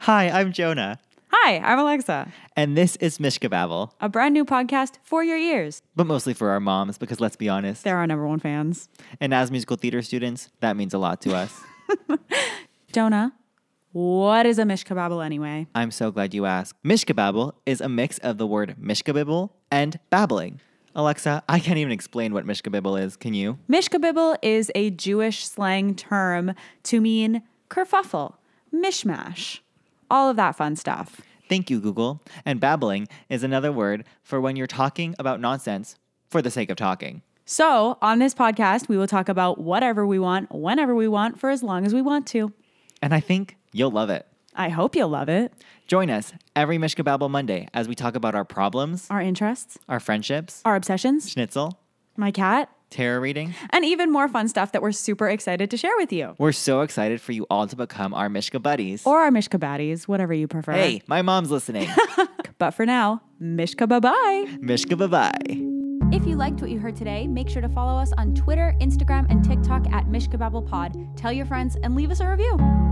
Hi, I'm Jonah, Hi, I'm Alexa, and this is Mishka Babble, a brand new podcast for your ears. but mostly for our moms, because let's be honest, They're our number one fans. and as musical theater students, that means a lot to us. Jonah, what is a mish kebabble anyway? I'm so glad you asked. Mishka Babble is a mix of the word Mishka Bibble and babbling. Alexa, I can't even explain what Mishka Bibble is, can you? Mish kebibble is a Jewish slang term to mean kerfuffle, mishmash, all of that fun stuff. Thank you, Google. And babbling is another word for when you're talking about nonsense for the sake of talking. So, on this podcast, we will talk about whatever we want, whenever we want, for as long as we want to. And I think you'll love it. I hope you'll love it. Join us every Mishka Babble Monday as we talk about our problems, Our interests, our friendships, our obsessions, schnitzel, my cat, tarot reading. and even more fun stuff that we're super excited to share with you. We're so excited for you all to become our Mishka buddies. Or our mish kebabbies, whatever you prefer. hey, my mom's listening. But for now, Mishka bye bye. Mishka bye bye. If you liked what you heard today, make sure to follow us on Twitter, Instagram, and TikTok at Mishkababble Pod. Tell your friends and leave us a review.